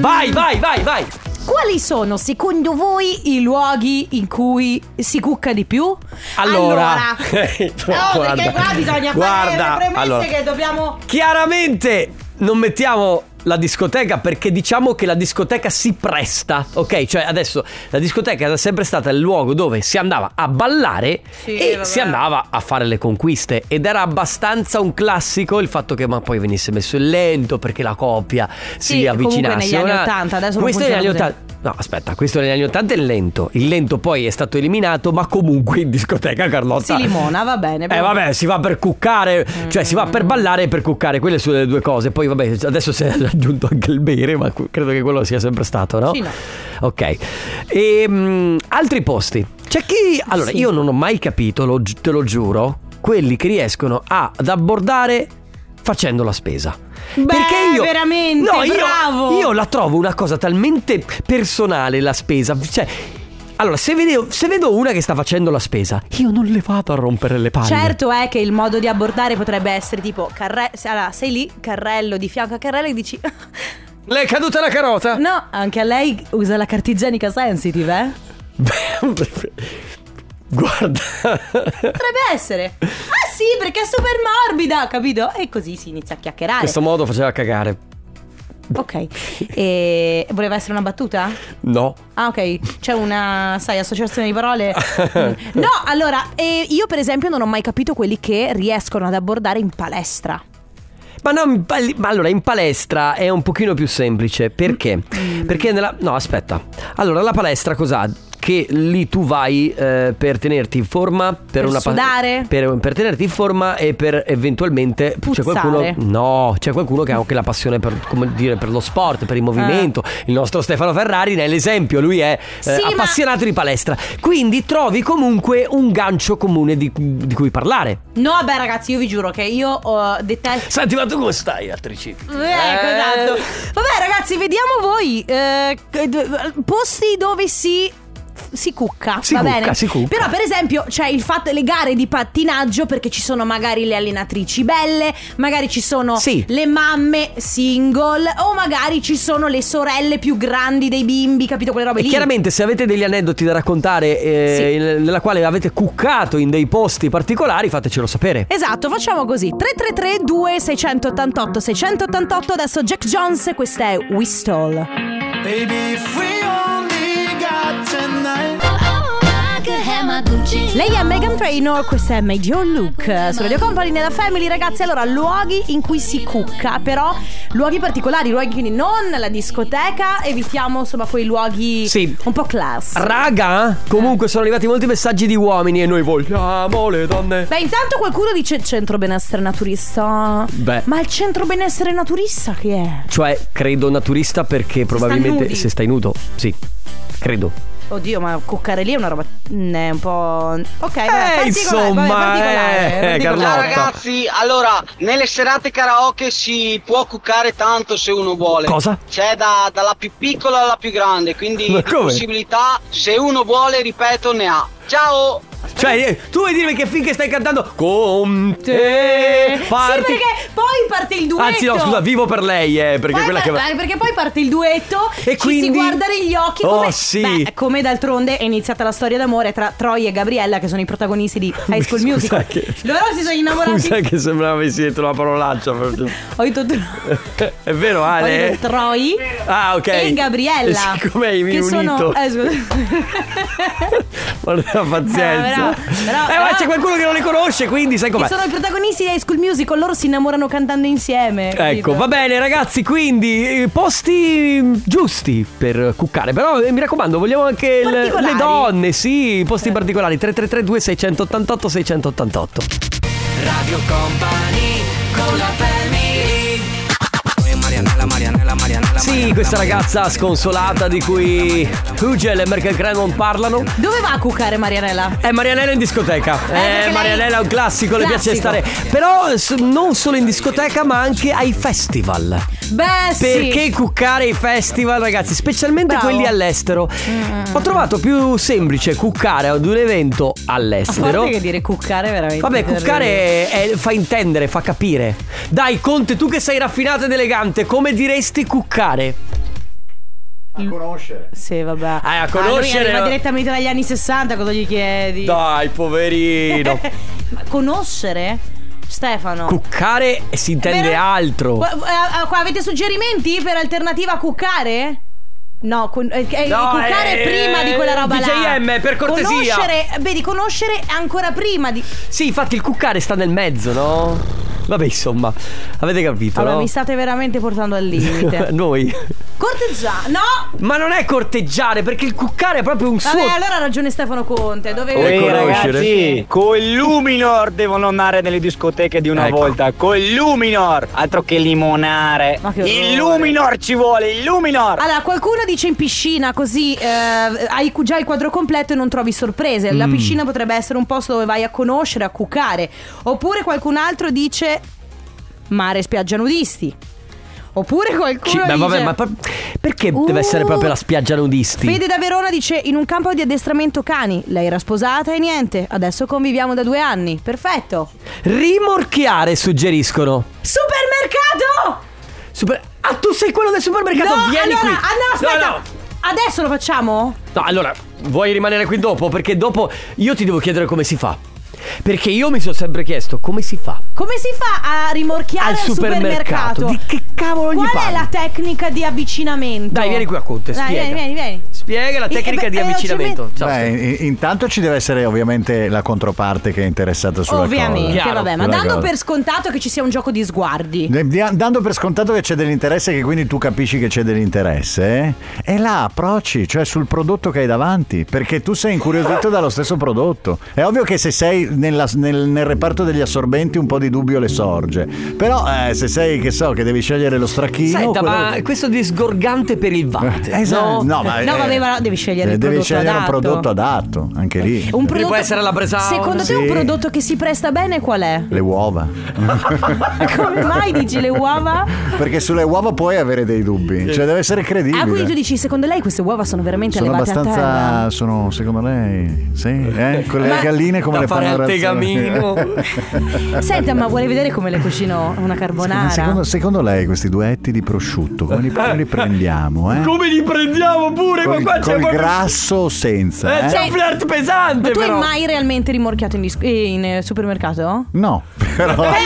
Speaker 2: vai, vai, vai, vai.
Speaker 1: quali sono secondo voi i luoghi in cui si cucca di più?
Speaker 2: Allora, (laughs) Eh,
Speaker 1: No, perché qua bisogna
Speaker 2: guarda,
Speaker 1: fare le premesse
Speaker 2: allora.
Speaker 1: che dobbiamo.
Speaker 2: Chiaramente non mettiamo la discoteca perché diciamo che la discoteca si presta, ok? Cioè adesso la discoteca è sempre stata il luogo dove si andava a ballare
Speaker 1: Sì,
Speaker 2: e
Speaker 1: vabbè.
Speaker 2: si andava a fare le conquiste ed era abbastanza un classico il fatto che ma poi venisse messo il lento perché la coppia si
Speaker 1: comunque
Speaker 2: avvicinasse.
Speaker 1: negli anni
Speaker 2: Ora-
Speaker 1: 80, adesso non
Speaker 2: Questo è negli anni
Speaker 1: funziona
Speaker 2: 80. No, aspetta, questo negli anni 80 è il lento. Il lento poi è stato eliminato, ma comunque in discoteca Carlotta
Speaker 1: Si limona, va bene.
Speaker 2: eh
Speaker 1: però-
Speaker 2: vabbè, si va per cuccare, cioè si va per
Speaker 1: Mm.
Speaker 2: ballare e per cuccare, quelle sono le due cose. Poi vabbè, adesso si è (laughs) aggiunto anche il bere, ma cu- credo che quello sia sempre stato, no?
Speaker 1: Sì, no.
Speaker 2: Ok. E, mm, altri posti. C'è chi... Allora,
Speaker 1: Sì.
Speaker 2: io non ho mai capito, lo gi- te lo giuro, quelli che riescono a- ad abbordare facendo la spesa.
Speaker 1: Beh, veramente,
Speaker 2: io-
Speaker 1: bravo.
Speaker 2: Io la trovo una cosa talmente personale la spesa, cioè allora, se vedo, se vedo una che sta facendo la spesa, io non le vado a rompere le palle.
Speaker 1: Certo è che il modo di abbordare potrebbe essere tipo carre- se- allora, sei lì, carrello di fianco a carrello e dici (laughs)
Speaker 2: Le è caduta la carota?
Speaker 1: No, anche a lei usa la carta igienica sensitive, eh?
Speaker 2: (laughs) Guarda.
Speaker 1: Potrebbe essere. Ah sì, perché è super morbida, capito? E così si inizia a chiacchierare.
Speaker 2: Questo modo faceva cagare.
Speaker 1: Ok. E voleva essere una battuta?
Speaker 2: No.
Speaker 1: Ah, ok. C'è una, sai, associazione di parole. Mm. No, allora, eh, io per esempio non ho mai capito quelli che riescono ad abbordare in palestra.
Speaker 2: Ma no, in pal- ma allora in palestra è un pochino più semplice. Perché?
Speaker 1: Mm.
Speaker 2: Perché nella... No, aspetta. Allora, la palestra cos'ha? Che lì tu vai eh, per tenerti in forma, per,
Speaker 1: Per
Speaker 2: una pa-
Speaker 1: sudare?
Speaker 2: per, per tenerti in forma e per eventualmente c'è
Speaker 1: Puzzare.
Speaker 2: qualcuno No, c'è qualcuno che ha anche la passione per, come dire, per lo sport, per il movimento. Il nostro Stefano Ferrari ne è l'esempio, lui è eh,
Speaker 1: Eh. Sì, ma-
Speaker 2: appassionato di palestra. Quindi trovi comunque un gancio comune di- di cui parlare.
Speaker 1: No, vabbè, ragazzi, io vi giuro che io eh, detesto.
Speaker 2: Senti, ma tu come stai al tricipite?
Speaker 1: Eh, ecco, esatto. eh, Vabbè, ragazzi, vediamo voi. eh, che- d- posti dove si si cucca.
Speaker 2: Si
Speaker 1: va
Speaker 2: cucca,
Speaker 1: bene?
Speaker 2: si cucca.
Speaker 1: Però, per esempio, c'è il fatto le gare di pattinaggio perché ci sono magari le allenatrici belle, magari ci sono
Speaker 2: Sì.
Speaker 1: le mamme single, o magari ci sono le sorelle più grandi dei bimbi, capito quelle robe
Speaker 2: E
Speaker 1: lì.
Speaker 2: chiaramente se avete degli aneddoti da raccontare eh,
Speaker 1: Sì.
Speaker 2: in- nella quale avete cuccato in dei posti particolari, fatecelo sapere.
Speaker 1: Esatto, facciamo così. 333 2688 688 adesso Jack Jones, questa è Wistol.
Speaker 4: Baby, if we only got tonight.
Speaker 1: Lei è Megan Trainor, questa è Made Your Look eh, su Radio Company nella Family, ragazzi. Allora, luoghi in cui si cucca, però luoghi particolari, luoghi quindi non la discoteca, evitiamo insomma quei luoghi
Speaker 2: Sì.
Speaker 1: un po' class.
Speaker 2: Raga, comunque sono arrivati molti messaggi di uomini e noi vogliamo le donne.
Speaker 1: Beh, intanto qualcuno dice centro benessere naturista.
Speaker 2: Beh.
Speaker 1: Ma il centro benessere naturista che è?
Speaker 2: Cioè, credo naturista perché probabilmente
Speaker 1: nudi.
Speaker 2: se stai nudo, sì, credo.
Speaker 1: Oddio, ma cuccare lì è una roba. mm, È un po'. Ok, vabbè, particolare,
Speaker 2: Eh, insomma,
Speaker 1: vabbè, particolare,
Speaker 2: eh,
Speaker 1: particolare.
Speaker 2: Carlotta.
Speaker 13: Ciao ragazzi, allora nelle serate karaoke si può cuccare tanto se uno vuole.
Speaker 2: Cosa?
Speaker 13: C'è da- dalla più piccola alla più grande, quindi
Speaker 2: Ma
Speaker 13: di
Speaker 2: come?
Speaker 13: possibilità se uno vuole, ripeto, ne ha. Ciao!
Speaker 2: Cioè, eh, tu vuoi dirmi che finché stai cantando con te
Speaker 1: Sì,
Speaker 2: parti...
Speaker 1: perché poi parte il duetto.
Speaker 2: Anzi, no, scusa, vivo per lei, eh, perché
Speaker 1: Poi
Speaker 2: quella che
Speaker 1: par-
Speaker 2: va...
Speaker 1: eh, perché poi parte il duetto
Speaker 2: E
Speaker 1: ci
Speaker 2: quindi-
Speaker 1: si guarda negli occhi
Speaker 2: Oh,
Speaker 1: come,
Speaker 2: sì.
Speaker 1: Beh, come d'altronde è iniziata la storia d'amore tra Troy e Gabriella che sono i protagonisti
Speaker 2: (laughs)
Speaker 1: di High School
Speaker 2: Scusa
Speaker 1: Musical
Speaker 2: che-
Speaker 1: loro si sono innamorati
Speaker 2: Scusa che sembrava avessi detto una parolaccia. per-
Speaker 1: ho detto,
Speaker 2: È vero,
Speaker 1: ho
Speaker 2: Ale?
Speaker 1: detto Troy
Speaker 2: Ah, ok.
Speaker 1: e Gabriella
Speaker 2: E siccome hai
Speaker 1: che
Speaker 2: unito.
Speaker 1: sono eh, scusa.
Speaker 2: (laughs) Ma non ha pazienza.
Speaker 1: Eh, però- però-
Speaker 2: eh, ma
Speaker 1: però-
Speaker 2: c'è qualcuno che non le conosce, quindi sai
Speaker 1: che
Speaker 2: com'è.
Speaker 1: sono i protagonisti di High School Musical loro si innamorano cantando insieme capito?
Speaker 2: Ecco, va bene ragazzi, quindi eh, posti mm, giusti per cuccare, però eh, mi raccomando, vogliamo anche il- le
Speaker 1: Particolari.
Speaker 2: donne, sì, posti particolari, 3332 688 688.
Speaker 4: Radio Company con la family. Marianella, Marianella, Marianella.
Speaker 2: Sì, questa ragazza sconsolata di cui Hugel e Merkel Cran non parlano.
Speaker 1: dove va a cuccare Marianella?
Speaker 2: È Marianella in discoteca. Eh,
Speaker 1: lei-
Speaker 2: Marianella è un classico, le piace
Speaker 1: Classico.
Speaker 2: stare. Però s- non solo in discoteca, ma anche ai festival.
Speaker 1: beh
Speaker 2: Perché
Speaker 1: sì
Speaker 2: cuccare i festival, ragazzi, specialmente
Speaker 1: Bravo.
Speaker 2: quelli all'estero? Ho trovato più semplice cuccare ad un evento
Speaker 1: a parte
Speaker 2: all'estero.
Speaker 1: che dire cuccare è veramente
Speaker 2: Vabbè,
Speaker 1: terribile.
Speaker 2: cuccare è- fa intendere, fa capire. Dai, Conte, tu che sei raffinato ed elegante, come diresti cuccare?
Speaker 12: A conoscere.
Speaker 1: Sì, vabbè.
Speaker 2: Eh, a
Speaker 1: Ah,
Speaker 2: conoscere-
Speaker 1: lui arriva direttamente dagli anni 60, cosa gli chiedi? (laughs)
Speaker 2: Dai, poverino.
Speaker 1: Ma conoscere? Stefano.
Speaker 2: cuccare si intende
Speaker 1: Vero?
Speaker 2: altro.
Speaker 1: Qua- eh, qua avete suggerimenti per alternativa a cuccare? No, con- eh, eh,
Speaker 2: No,
Speaker 1: cuccare
Speaker 2: eh,
Speaker 1: prima di quella roba là.
Speaker 2: DJM, per cortesia.
Speaker 1: Conoscere, vedi, conoscere ancora prima di.
Speaker 2: Sì, infatti il cuccare sta nel mezzo, no? Vabbè, insomma, avete capito,
Speaker 1: Allora,
Speaker 2: no?
Speaker 1: mi state veramente portando al
Speaker 2: (laughs)
Speaker 1: limite.
Speaker 2: Noi.
Speaker 1: Corteggiare, no!
Speaker 2: Ma non è corteggiare, perché il cuccare è proprio un
Speaker 1: Vabbè,
Speaker 2: suo.
Speaker 1: allora ha ragione Stefano Conte. Dovevi
Speaker 2: Ui,
Speaker 14: Sì,
Speaker 2: conoscere.
Speaker 14: ragazzi, con il Luminor devono andare nelle discoteche di una
Speaker 2: Ecco.
Speaker 14: volta. Con il Luminor, altro che limonare.
Speaker 1: Ma che orrore.
Speaker 14: il Luminor ci vuole, il Luminor.
Speaker 1: Allora, qualcuno dice in piscina così eh, hai cu- già il quadro completo e non trovi sorprese. La
Speaker 2: Mm.
Speaker 1: piscina potrebbe essere un posto dove vai a conoscere, a cucare. Oppure qualcun altro dice mare, spiaggia nudisti. Oppure
Speaker 2: Ci-
Speaker 1: qualcuno
Speaker 2: ma
Speaker 1: dice...
Speaker 2: vabbè, ma pa- perché deve
Speaker 1: Uh,
Speaker 2: essere proprio la spiaggia nudisti?
Speaker 1: Fede da Verona dice in un campo di addestramento cani. Lei era sposata e niente. Adesso conviviamo da due anni. Perfetto.
Speaker 2: Rimorchiare suggeriscono.
Speaker 1: Supermercato!
Speaker 2: Super- ah, tu sei quello del supermercato,
Speaker 1: No,
Speaker 2: vieni
Speaker 1: allora,
Speaker 2: qui.
Speaker 1: ah, no, aspetta.
Speaker 2: No, no.
Speaker 1: Adesso lo facciamo?
Speaker 2: No, allora, vuoi rimanere qui dopo? Perché dopo io ti devo chiedere come si fa. Perché io mi sono sempre chiesto come si fa.
Speaker 1: Come si fa a rimorchiare
Speaker 2: Al
Speaker 1: al supermercato?
Speaker 2: supermercato? Di che cavolo gli
Speaker 1: Qual
Speaker 2: parli?
Speaker 1: è la tecnica di avvicinamento?
Speaker 2: Dai, vieni qui a Conte,
Speaker 1: Dai,
Speaker 2: spiega.
Speaker 1: vieni, vieni, vieni. Eh,
Speaker 2: Spiega la
Speaker 1: E-
Speaker 2: tecnica
Speaker 1: e-
Speaker 2: di
Speaker 1: e-
Speaker 2: avvicinamento. Ciao.
Speaker 15: Beh, in- intanto ci deve essere ovviamente la controparte che è interessata sulla
Speaker 1: Ovviamente,
Speaker 15: cosa.
Speaker 1: vabbè, ma
Speaker 15: Sulla
Speaker 1: dando
Speaker 15: cosa.
Speaker 1: per scontato che ci sia un gioco di sguardi.
Speaker 15: Ne- dia- Dando per scontato che c'è dell'interesse, che quindi tu capisci che c'è dell'interesse, eh, e là approcci, cioè sul prodotto che hai davanti, perché tu sei incuriosito dallo stesso prodotto. È ovvio che se sei nella- nel, nel reparto degli assorbenti un po' di dubbio le sorge, però eh, se sei, che so, che devi scegliere lo stracchino...
Speaker 2: Senta,
Speaker 15: quello-
Speaker 2: ma questo disgorgante per il vate. No,
Speaker 15: Esatto, no, ma-
Speaker 1: No,
Speaker 15: eh,
Speaker 1: vabbè, voleva, devi scegliere il
Speaker 15: Devi
Speaker 1: prodotto
Speaker 15: scegliere
Speaker 1: adatto.
Speaker 15: un prodotto adatto, anche lì.
Speaker 1: (laughs) Un prodotto- Secondo te un
Speaker 15: Sì.
Speaker 1: prodotto che si presta bene qual
Speaker 15: (laughs)
Speaker 1: è?
Speaker 15: Le uova.
Speaker 1: Come mai dici le uova?
Speaker 15: (laughs) Perché sulle uova puoi avere dei dubbi, cioè deve essere credibile.
Speaker 1: Ah, quindi tu dici, secondo lei queste uova sono veramente
Speaker 15: sono
Speaker 1: allevate a terra?
Speaker 15: abbastanza, sono secondo lei,
Speaker 1: (laughs)
Speaker 15: sì, eh? con le
Speaker 1: Ma-
Speaker 15: galline come
Speaker 2: Da
Speaker 15: le
Speaker 2: fare
Speaker 15: fanno
Speaker 2: al
Speaker 15: razzolare?
Speaker 2: (laughs)
Speaker 15: (laughs)
Speaker 2: tegamino.
Speaker 1: Senta, ma vuole vedere come le cucino una carbonara?
Speaker 15: Ma secondo, secondo lei questi duetti di prosciutto come li, come li prendiamo? Eh?
Speaker 2: Eh. Come li prendiamo pure?
Speaker 15: Col,
Speaker 2: ma qua c'è
Speaker 15: col
Speaker 2: proprio-
Speaker 15: grasso o senza?
Speaker 2: Eh,
Speaker 15: eh?
Speaker 2: c'è un flirt pesante
Speaker 1: Ma tu
Speaker 2: però.
Speaker 1: hai mai realmente rimorchiato in, disco- eh, in eh,
Speaker 2: (laughs)
Speaker 1: supermercato?
Speaker 15: No, però
Speaker 2: Eh.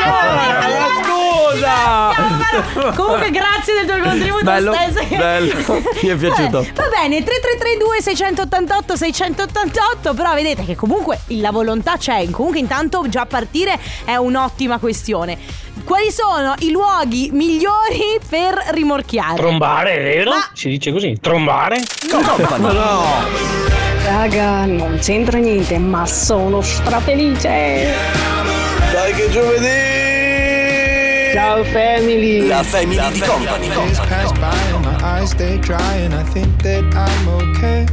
Speaker 2: scusa!
Speaker 1: Comunque grazie del tuo contributo
Speaker 2: Bello,
Speaker 1: stesso.
Speaker 2: bello. Mi è piaciuto.
Speaker 1: Vabbè, Va bene, 3332 688 688, però vedete che comunque la volontà c'è, comunque intanto già partire è un'ottima questione. Quali sono i luoghi migliori per rimorchiare?
Speaker 16: Trombare, vero? Si dice così, trombare?
Speaker 1: Company.
Speaker 16: no.
Speaker 10: Raga, non c'entra niente, ma sono strafelice.
Speaker 4: Dai che giovedì! Ciao family! La family di Company.
Speaker 17: Days pass by and my eyes stay dry and I think that I'm okay.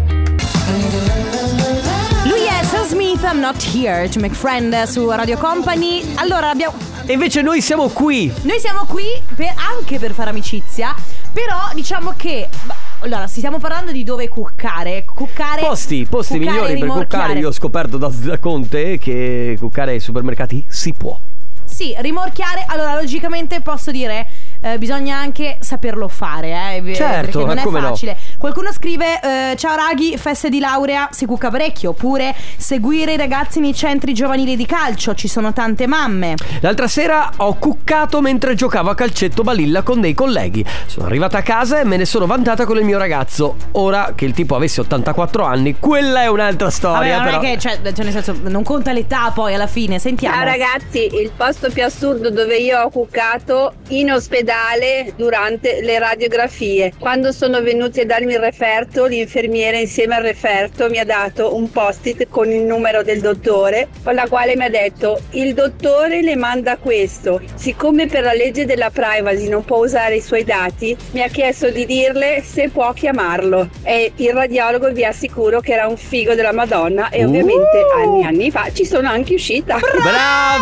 Speaker 1: Lui è Sam Smith, I'm not here, to make friend su Radio Company. Allora abbiamo
Speaker 2: E invece noi siamo qui.
Speaker 1: Noi siamo qui per- anche per fare amicizia, però diciamo che... ma- Allora, si stiamo parlando di dove cuccare. Cuccare...
Speaker 2: Posti, posti
Speaker 1: cuccare,
Speaker 2: migliori per
Speaker 1: rimorchiare.
Speaker 2: cuccare. Io ho scoperto da, da Conte che cuccare ai supermercati si può.
Speaker 1: Sì, rimorchiare. Allora, logicamente posso dire... eh, bisogna anche saperlo fare, eh, v-
Speaker 2: Certo,
Speaker 1: perché non
Speaker 2: ma
Speaker 1: è
Speaker 2: come no?
Speaker 1: facile. Qualcuno scrive: eh, Ciao raghi, feste di laurea si cucca parecchio. Oppure seguire i ragazzi nei centri giovanili di calcio, ci sono tante mamme.
Speaker 2: L'altra sera ho cuccato mentre giocavo a calcetto balilla con dei colleghi. Sono arrivata a casa e me ne sono vantata con il mio ragazzo. Ora che il tipo avesse 84 anni, quella è un'altra
Speaker 1: Vabbè,
Speaker 2: storia.
Speaker 1: non
Speaker 2: però.
Speaker 1: è che, cioè, cioè, nel senso, non conta l'età poi alla fine, sentiamo.
Speaker 2: Eh,
Speaker 18: Ciao ragazzi, il posto più assurdo dove io ho cuccato in ospedale durante le radiografie. Quando sono venuti a darmi il referto, l'infermiere insieme al referto mi ha dato un post-it con il numero del dottore, con la quale mi ha detto il dottore le manda questo. Siccome per la legge della privacy non può usare i suoi dati, mi ha chiesto di dirle se può chiamarlo. E il radiologo vi assicuro che era un figo della Madonna e ovviamente anni e anni fa ci sono anche uscita.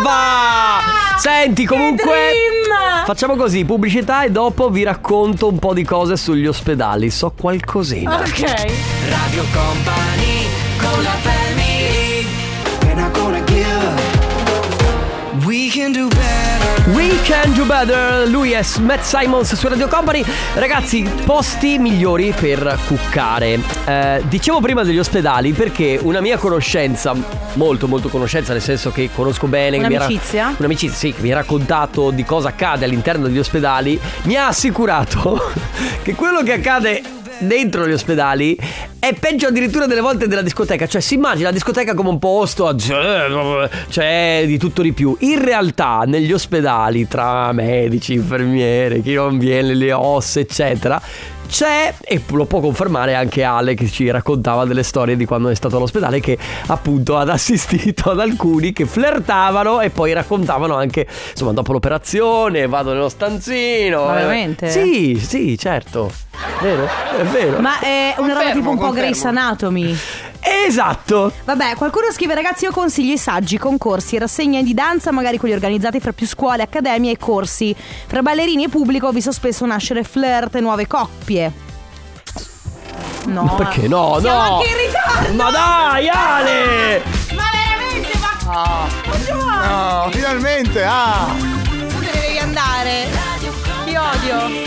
Speaker 2: Brava! Senti, comunque.
Speaker 1: dream!
Speaker 2: Facciamo così: pubblicità e dopo vi racconto un po' di cose sugli ospedali. So qualcosina.
Speaker 4: Radio Company con la family. We're not gonna give. We can do better.
Speaker 2: We can do better. Lui è Matt Simons su Radio Company. Ragazzi, posti migliori per cuccare. Eh, dicevo prima degli ospedali perché una mia conoscenza, molto molto conoscenza, nel senso che conosco bene. che mi era-
Speaker 1: Un'amicizia?
Speaker 2: un'amicizia, sì, che mi ha raccontato di cosa accade all'interno degli ospedali, mi ha assicurato (laughs) che quello che accade dentro gli ospedali è peggio addirittura delle volte della discoteca. Cioè, si immagina la discoteca come un posto, cioè di tutto di più. In realtà, negli ospedali, tra medici, infermiere, chi non viene, le ossa, eccetera. C'è, e lo può confermare anche Ale che ci raccontava delle storie di quando è stato all'ospedale, che appunto ad (laughs) assistito ad alcuni che flirtavano e poi raccontavano anche, insomma, dopo l'operazione vado nello stanzino.
Speaker 1: Ma
Speaker 2: eh.
Speaker 1: veramente?
Speaker 2: Sì, sì, certo. Vero? È vero.
Speaker 1: Ma è una roba tipo un po' Grey's Anatomy.
Speaker 2: Esatto.
Speaker 1: Vabbè, qualcuno scrive ragazzi io consiglio i saggi, concorsi, rassegne di danza, magari quelli organizzati fra più scuole, accademie e corsi. Fra ballerini e pubblico ho visto spesso nascere flirt e nuove coppie. No.
Speaker 2: Ma perché no?
Speaker 1: Siamo
Speaker 2: Oh, no.
Speaker 1: anche in ritardo.
Speaker 2: Ma dai, Ale!
Speaker 1: Ma veramente, ma...
Speaker 19: Oh,
Speaker 15: No, finalmente, ah!
Speaker 1: Tu te ne devi andare. Ti odio.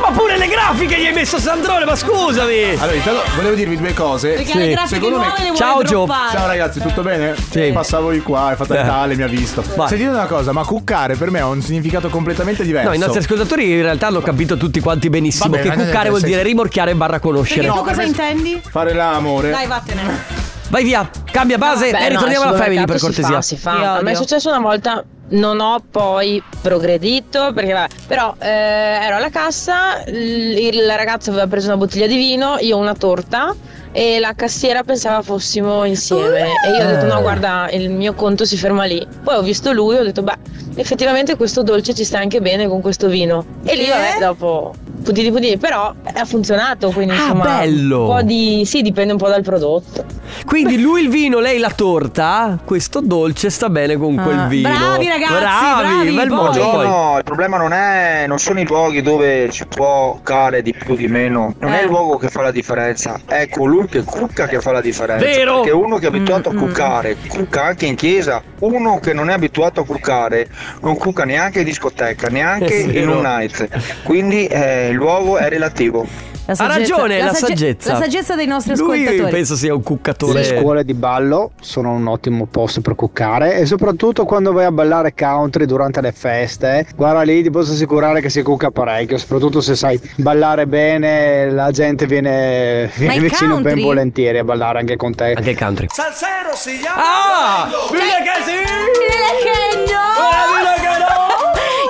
Speaker 2: Ma pure le grafiche gli hai messo Sandrone, ma scusami!
Speaker 19: Allora, intanto volevo dirvi due cose.
Speaker 1: Perché le grafiche
Speaker 19: Secondo
Speaker 1: nuove le vuole
Speaker 19: Ciao Gio.
Speaker 1: droppare.
Speaker 19: Ciao ragazzi, tutto bene? Eh,
Speaker 2: Sì.
Speaker 19: Passavo di qua, è fatta
Speaker 15: Eh.
Speaker 19: il tale, mi ha visto.
Speaker 2: Vai.
Speaker 19: Sentite una cosa, ma cuccare per me ha un significato completamente diverso.
Speaker 2: No, i nostri ascoltatori in realtà hanno capito tutti quanti benissimo
Speaker 19: Vabbè,
Speaker 2: che
Speaker 19: non è
Speaker 2: cuccare vuol
Speaker 19: nel senso-
Speaker 2: dire rimorchiare barra conoscere.
Speaker 1: Perché tu cosa intendi?
Speaker 19: Fare l'amore.
Speaker 1: Dai, vattene.
Speaker 2: Vai via, cambia base
Speaker 20: Beh,
Speaker 2: e
Speaker 20: no,
Speaker 2: ritorniamo
Speaker 20: al
Speaker 2: alla family per
Speaker 20: supermercato
Speaker 2: cortesia.
Speaker 20: Si fa, si fa. A me è successo una volta, non ho poi progredito, perché vabbè, però eh, ero alla cassa, il il ragazzo aveva preso una bottiglia di vino, io una torta e la cassiera pensava
Speaker 2: Eh.
Speaker 20: fossimo insieme e io ho detto no guarda il mio conto si ferma lì poi ho visto lui ho detto beh effettivamente questo dolce ci sta anche bene con questo vino. E lì vabbè, dopo pudini pudini, però eh, ha funzionato, quindi
Speaker 2: Ah,
Speaker 20: insomma
Speaker 2: bello!
Speaker 20: un po' di sì, dipende un po' dal prodotto.
Speaker 2: Quindi lui il vino, lei la torta, questo dolce sta bene con
Speaker 1: Ah,
Speaker 2: quel vino.
Speaker 20: bravi ragazzi,
Speaker 2: bravi,
Speaker 20: bravi,
Speaker 2: bel
Speaker 20: voi.
Speaker 2: mondo poi.
Speaker 21: No, il problema non è non sono i luoghi dove ci può cuccare di più di meno. Non
Speaker 13: Eh.
Speaker 21: è il luogo che fa la differenza, è colui che cucca che fa la differenza.
Speaker 22: Vero.
Speaker 21: Perché uno che è abituato
Speaker 1: Mm.
Speaker 21: a cuccare, cucca anche in chiesa. Uno che non è abituato a cuccare, non cucca neanche in discoteca, neanche
Speaker 2: È
Speaker 21: in
Speaker 2: vero.
Speaker 21: un night. Quindi eh, il luogo è relativo.
Speaker 1: La saggezza- la sagge- la saggezza dei nostri ascoltatori.
Speaker 2: sia un cuccatore.
Speaker 23: Le scuole di ballo sono un ottimo posto per cuccare e soprattutto quando vai a ballare country durante le feste, guarda lì ti posso assicurare che si cucca parecchio, soprattutto se sai ballare bene, la gente viene, viene
Speaker 2: il
Speaker 23: vicino ben
Speaker 2: country?
Speaker 23: volentieri a ballare anche con te. Anche
Speaker 2: il country.
Speaker 4: Salsero si chiama
Speaker 2: Ah!
Speaker 4: Mille che sì
Speaker 1: Mille che
Speaker 4: Mille che no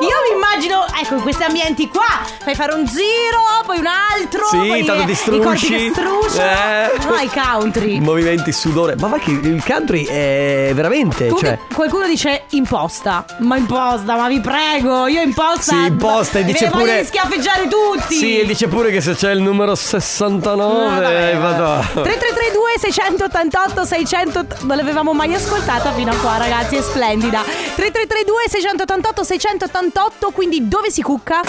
Speaker 1: Io mi immagino, ecco, in questi ambienti qua, fai fare un giro, poi un altro,
Speaker 2: Sì,
Speaker 1: poi
Speaker 2: tanto
Speaker 1: eh,
Speaker 2: ti
Speaker 1: i corpi che
Speaker 2: strusci.
Speaker 1: strusciano.
Speaker 2: Eh.
Speaker 1: No, il country.
Speaker 2: (laughs) Movimenti sudore. Ma va che il country è veramente, cioè
Speaker 1: Comunque, Qualcuno dice imposta, ma imposta, ma vi prego, io imposta.
Speaker 2: Sì, imposta, e
Speaker 1: Ve
Speaker 2: dice
Speaker 1: ne voglio
Speaker 2: pure-
Speaker 1: schiaffeggiare tutti.
Speaker 2: Sì, e dice pure che se c'è il numero
Speaker 1: Ah,
Speaker 2: 69 eh, vado.
Speaker 1: 3332 688 600 non l'avevamo mai ascoltata fino a qua ragazzi è splendida 3332 688 688 quindi dove si cucca?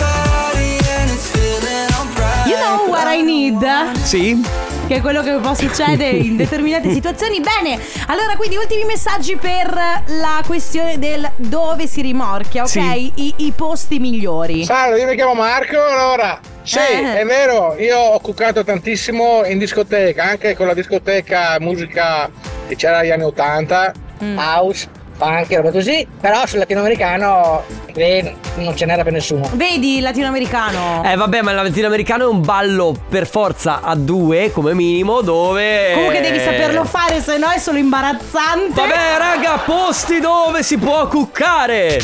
Speaker 1: You know what I need?
Speaker 2: (laughs) Sì
Speaker 1: che è quello che può succedere in determinate situazioni. Bene, allora quindi ultimi messaggi per la questione del dove si rimorchia, ok?
Speaker 24: Sì.
Speaker 1: I, i posti migliori.
Speaker 24: Salve, io mi chiamo Marco, allora. Sì,
Speaker 1: Eh.
Speaker 24: è vero, io ho cuccato tantissimo in discoteca, anche con la discoteca musica che c'era negli anni 80.
Speaker 25: House, funk, roba così. Però sul latinoamericano eh, non ce n'era per nessuno.
Speaker 1: Vedi, il latinoamericano.
Speaker 2: Eh vabbè, ma il latinoamericano è un ballo per forza a due come minimo dove
Speaker 1: Comunque devi saperlo fare, se no è solo imbarazzante.
Speaker 2: Eh. Vabbè, raga, posti dove si può cuccare.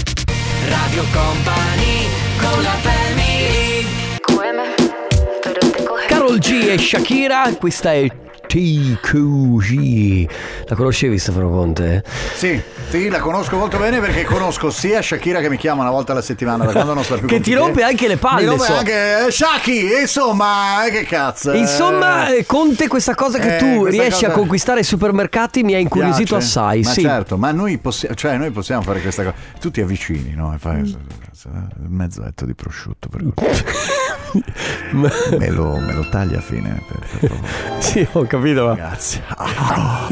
Speaker 4: Radio Company con la family
Speaker 2: Carol G e Shakira, questa è TQG. La conoscevi Stefano Conte?
Speaker 15: Sì, sì, la conosco molto bene perché conosco sia Shakira che mi chiama una volta alla settimana da quando non sto più
Speaker 2: Che
Speaker 15: con
Speaker 2: ti
Speaker 15: te.
Speaker 2: rompe anche le palle,
Speaker 15: Mi rompe
Speaker 2: so.
Speaker 15: anche eh, Shaki, insomma, eh, che cazzo. eh.
Speaker 2: Insomma, eh, Conte, questa cosa che
Speaker 15: Eh,
Speaker 2: tu
Speaker 15: questa
Speaker 2: riesci a
Speaker 15: cosa-
Speaker 2: conquistare ai supermercati mi ha incuriosito
Speaker 15: Piace.
Speaker 2: assai.
Speaker 15: Ma
Speaker 2: sì.
Speaker 15: certo, ma noi, possi- cioè, noi possiamo fare questa cosa. Tu ti avvicini, no? E
Speaker 2: Mm.
Speaker 15: fai mezzo letto di prosciutto.
Speaker 2: (laughs)
Speaker 15: Per me, lo, me lo tagli a fine.
Speaker 2: (laughs) (laughs) sì, ho capito. Ma...
Speaker 15: Grazie. (laughs) Ah.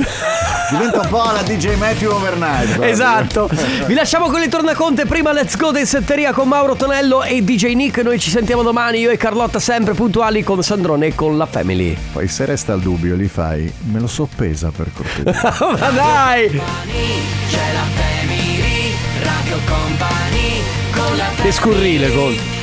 Speaker 15: Diventa un po' la DJ Matthew Overnight. guarda. (laughs)
Speaker 2: Esatto. Vi lasciamo con il tornaconte. Prima let's go del Setteria con Mauro Tonello e DJ Nick. Noi ci sentiamo domani, io e Carlotta sempre puntuali con Sandrone e con la Family. (laughs)
Speaker 15: Poi se resta il dubbio, li fai. Me lo soppesa per cortesia.
Speaker 2: Ma dai!
Speaker 4: C'è la family Radio Company con la
Speaker 2: Che scurrile, Conte.